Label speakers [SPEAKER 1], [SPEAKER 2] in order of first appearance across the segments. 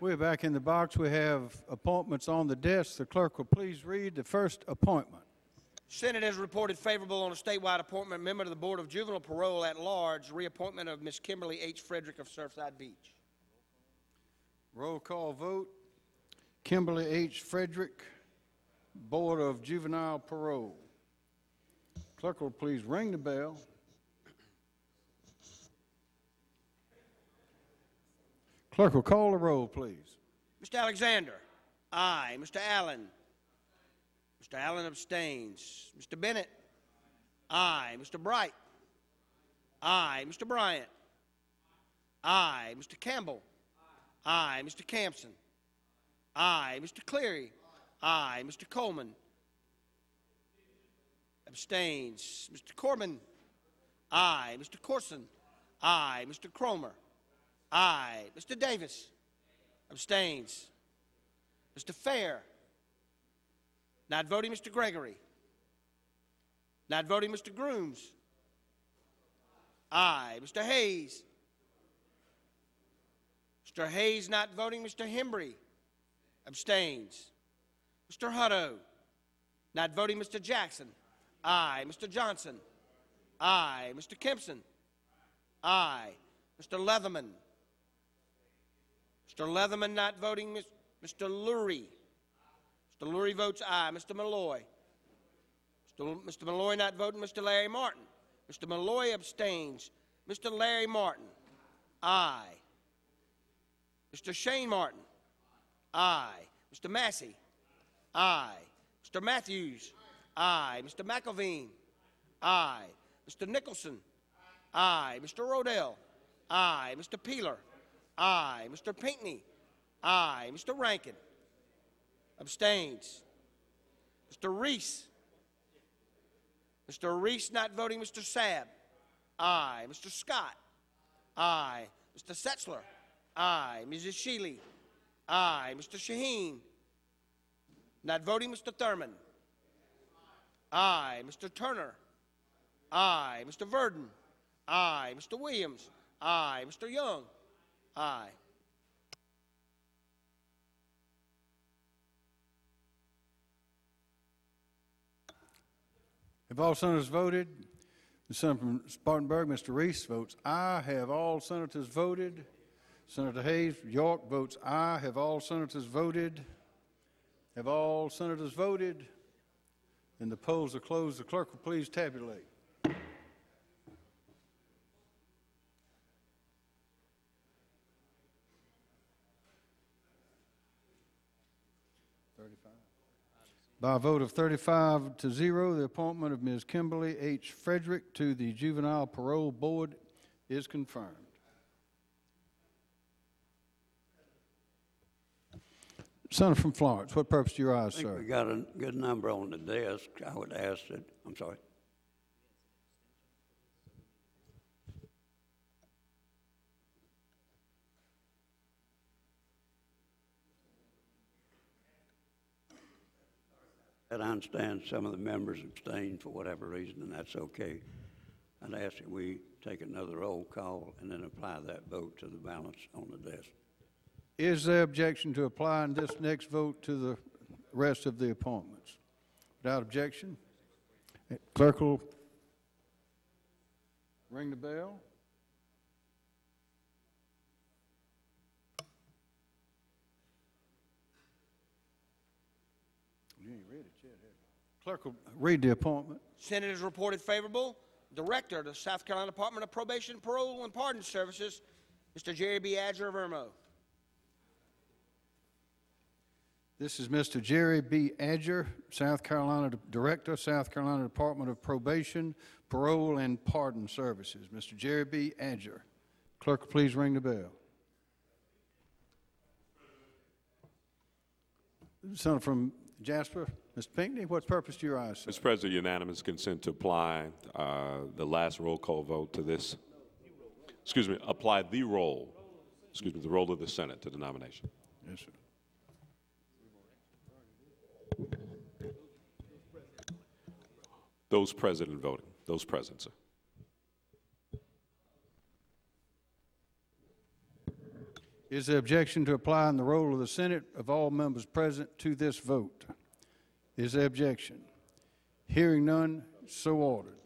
[SPEAKER 1] We're back in the box. We have appointments on the desk. The clerk will please read the first appointment.
[SPEAKER 2] Senate has reported favorable on a statewide appointment, member to the Board of Juvenile Parole at Large, reappointment of Ms. Kimberly H. Frederick of Surfside Beach.
[SPEAKER 1] Roll call vote. Kimberly H. Frederick, Board of Juvenile Parole. Clerk will please ring the bell. Clerk will call the roll, please.
[SPEAKER 2] Mr. Alexander? Aye. Mr. Allen? Mr. Allen abstains. Mr. Bennett? Aye. Mr. Bright? Aye. Mr. Bryant? Aye. Mr. Campbell? Aye. Mr. Campson? Aye. Mr. Cleary? Aye. Mr. Coleman? Abstains. Mr. Corbin? Aye. Mr. Corson? Aye. Mr. Cromer? Aye. Mr. Davis? Abstains. Mr. Fair. Not voting Mr. Gregory. Not voting Mr. Grooms. Aye. Mr. Hayes. Mr. Hayes not voting. Mr. Hembry abstains. Mr. Hutto not voting. Mr. Jackson. Aye. Mr. Johnson. Aye. Mr. Kempson. Aye. Mr. Leatherman. Mr. Leatherman not voting. Mis- Mr. Lurie. Mr. Lurie votes aye. Mr. Malloy. Mr. L- Mr. Malloy not voting. Mr. Larry Martin. Mr. Malloy abstains. Mr. Larry Martin. Aye. Mr. Shane Martin. Aye. Mr. Massey. Aye. Mr. Matthews. Aye. Mr. McElveen. Aye. Mr. Nicholson. Aye. Mr. Rodell. Aye. Mr. Peeler. Aye. Mr. Pinckney. Aye. Mr. Rankin. Abstains. Mr. Reese. Mr. Reese not voting. Mr. Sab. Aye. Mr. Scott. Aye. Mr. Setzler. Aye. Mrs. Shealy. Aye. Mr. Shaheen. Not voting. Mr. Thurman. Aye. Mr. Turner. Aye. Mr. Verdon. Aye. Mr. Williams. Aye. Mr. Young. Aye.
[SPEAKER 1] Have all senators voted? The senator from Spartanburg, Mr. Reese, votes aye. Have all senators voted? Senator Hayes, York, votes aye. Have all senators voted? Have all senators voted? And the polls are closed. The clerk will please tabulate. By a vote of 35 to 0, the appointment of Ms. Kimberly H. Frederick to the Juvenile Parole Board is confirmed. Senator from Florence, what purpose do your eyes
[SPEAKER 3] I think
[SPEAKER 1] serve?
[SPEAKER 3] we got a good number on the desk. I would ask that, I'm sorry. And I understand some of the members abstained for whatever reason, and that's okay. I'd ask that we take another roll call and then apply that vote to the balance on the desk.
[SPEAKER 1] Is there objection to applying this next vote to the rest of the appointments? Without objection? Clerk will ring the bell. You ain't read it yet, have you? Clerk will read the appointment.
[SPEAKER 2] Senate has reported favorable. Director of the South Carolina Department of Probation, Parole, and Pardon Services, Mr. Jerry B. Adger of Irmo.
[SPEAKER 1] This is Mr. Jerry B. Adger, South Carolina Director, South Carolina Department of Probation, Parole, and Pardon Services. Mr. Jerry B. Adger. Clerk, please ring the bell. Senator from Jasper, Mr. Pinckney, what purpose do your eyes serve?
[SPEAKER 4] Mr. President, unanimous consent to apply uh, the last roll call vote to this, excuse me, apply the role, excuse me, the role of the Senate to the nomination.
[SPEAKER 1] Yes, sir.
[SPEAKER 4] Those present and voting, those present, sir.
[SPEAKER 1] Is Is there objection to applying the role of the Senate of all members present to this vote? Is there objection? Hearing none, so ordered.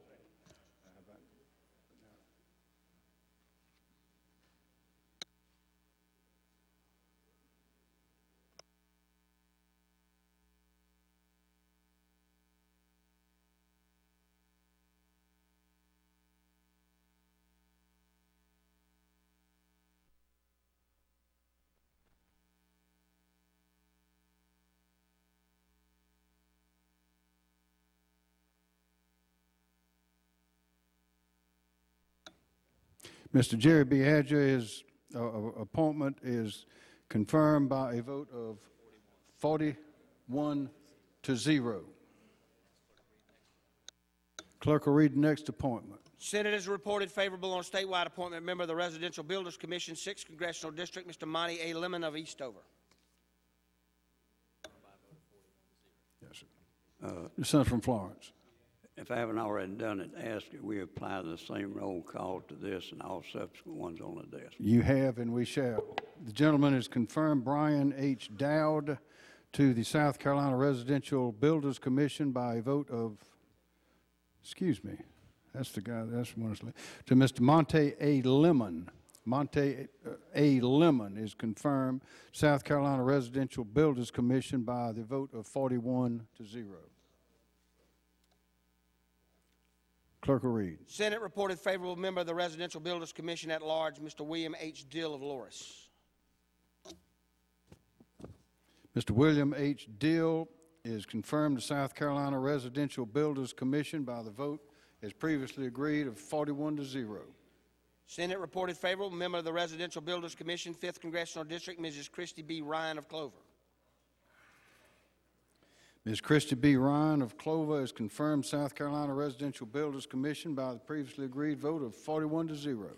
[SPEAKER 1] Mr. Jerry B. Hadger, his uh, uh, appointment is confirmed by a vote of 41 to 0. Clerk will read the next appointment.
[SPEAKER 2] Senate has reported favorable on statewide appointment member of the Residential Builders Commission, 6th Congressional District, Mr. Monty A. Lemon of Eastover.
[SPEAKER 1] The Senator from Florence.
[SPEAKER 3] If I haven't already done it, ask that we apply the same roll call to this and all subsequent ones on the desk.
[SPEAKER 1] You have and we shall. The gentleman is confirmed Brian H. Dowd to the South Carolina Residential Builders Commission by a vote of, excuse me, that's the guy, that's one, that's- to Mr. Monte A. Lemon. Monte uh, A. Lemon is confirmed South Carolina Residential Builders Commission by the vote of 41 to 0. Clerk will read.
[SPEAKER 2] Senate reported favorable member of the Residential Builders Commission at large, Mr. William H. Dill of Loris.
[SPEAKER 1] Mr. William H. Dill is confirmed to South Carolina Residential Builders Commission by the vote, as previously agreed, of 41 to 0.
[SPEAKER 2] Senate reported favorable member of the Residential Builders Commission, 5th Congressional District, Mrs. Christy B. Ryan of Clover.
[SPEAKER 1] Ms. Christie B. Ryan of Clover is confirmed South Carolina Residential Builders Commission by the previously agreed vote of 41 to 0.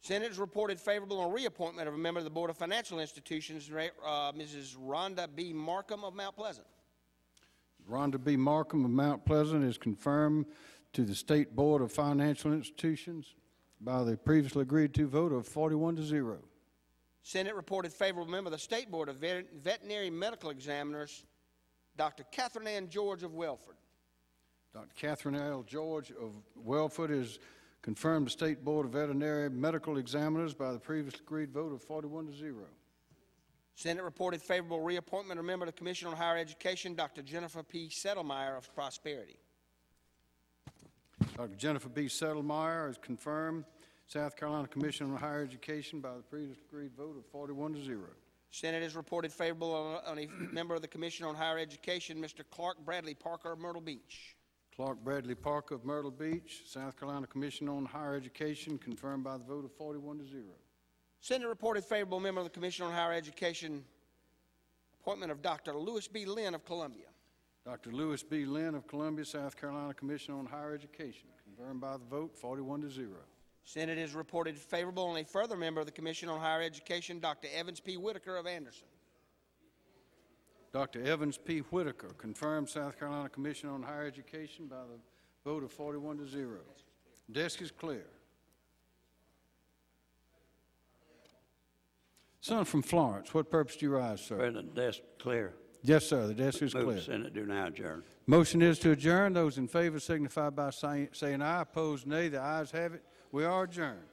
[SPEAKER 2] Senate has reported favorable on reappointment of a member of the Board of Financial Institutions, Ra- uh, Mrs. Rhonda B. Markham of Mount Pleasant.
[SPEAKER 1] Rhonda B. Markham of Mount Pleasant is confirmed to the State Board of Financial Institutions by the previously agreed to vote of 41 to 0.
[SPEAKER 2] Senate reported favorable member of the State Board of Vet- Veterinary Medical Examiners, Dr. Catherine Ann George of Welford.
[SPEAKER 1] Dr. Catherine L. George of Wellford is confirmed the State Board of Veterinary Medical Examiners by the previously agreed vote of 41 to 0.
[SPEAKER 2] Senate reported favorable reappointment of member of the Commission on Higher Education, Dr. Jennifer P. Settlemeyer of Prosperity.
[SPEAKER 1] Dr. Jennifer B. Settlemeyer is confirmed South Carolina Commission on Higher Education by the previously agreed vote of 41 to 0.
[SPEAKER 2] Senate has reported favorable on, on a member of the Commission on Higher Education, Mr. Clark Bradley Parker of Myrtle Beach.
[SPEAKER 1] Clark Bradley Parker of Myrtle Beach, South Carolina Commission on Higher Education, confirmed by the vote of 41 to 0.
[SPEAKER 2] Senate reported favorable member of the Commission on Higher Education, appointment of Dr. Lewis B. Lynn of Columbia.
[SPEAKER 1] Dr. Lewis B. Lynn of Columbia, South Carolina Commission on Higher Education, confirmed by the vote 41 to 0.
[SPEAKER 2] Senate has reported favorable on a further member of the Commission on Higher Education, Dr. Evans P. Whitaker of Anderson.
[SPEAKER 1] Dr. Evans P. Whitaker, confirmed South Carolina Commission on Higher Education by the vote of 41 to 0. Desk is clear. Senator from Florence, what purpose do you rise, sir?
[SPEAKER 3] President, desk clear.
[SPEAKER 1] Yes, sir, the desk is
[SPEAKER 3] Move
[SPEAKER 1] clear.
[SPEAKER 3] the Senate do now adjourn.
[SPEAKER 1] Motion is to adjourn. Those in favor signify by say- saying aye. Opposed, nay. The ayes have it. We are adjourned.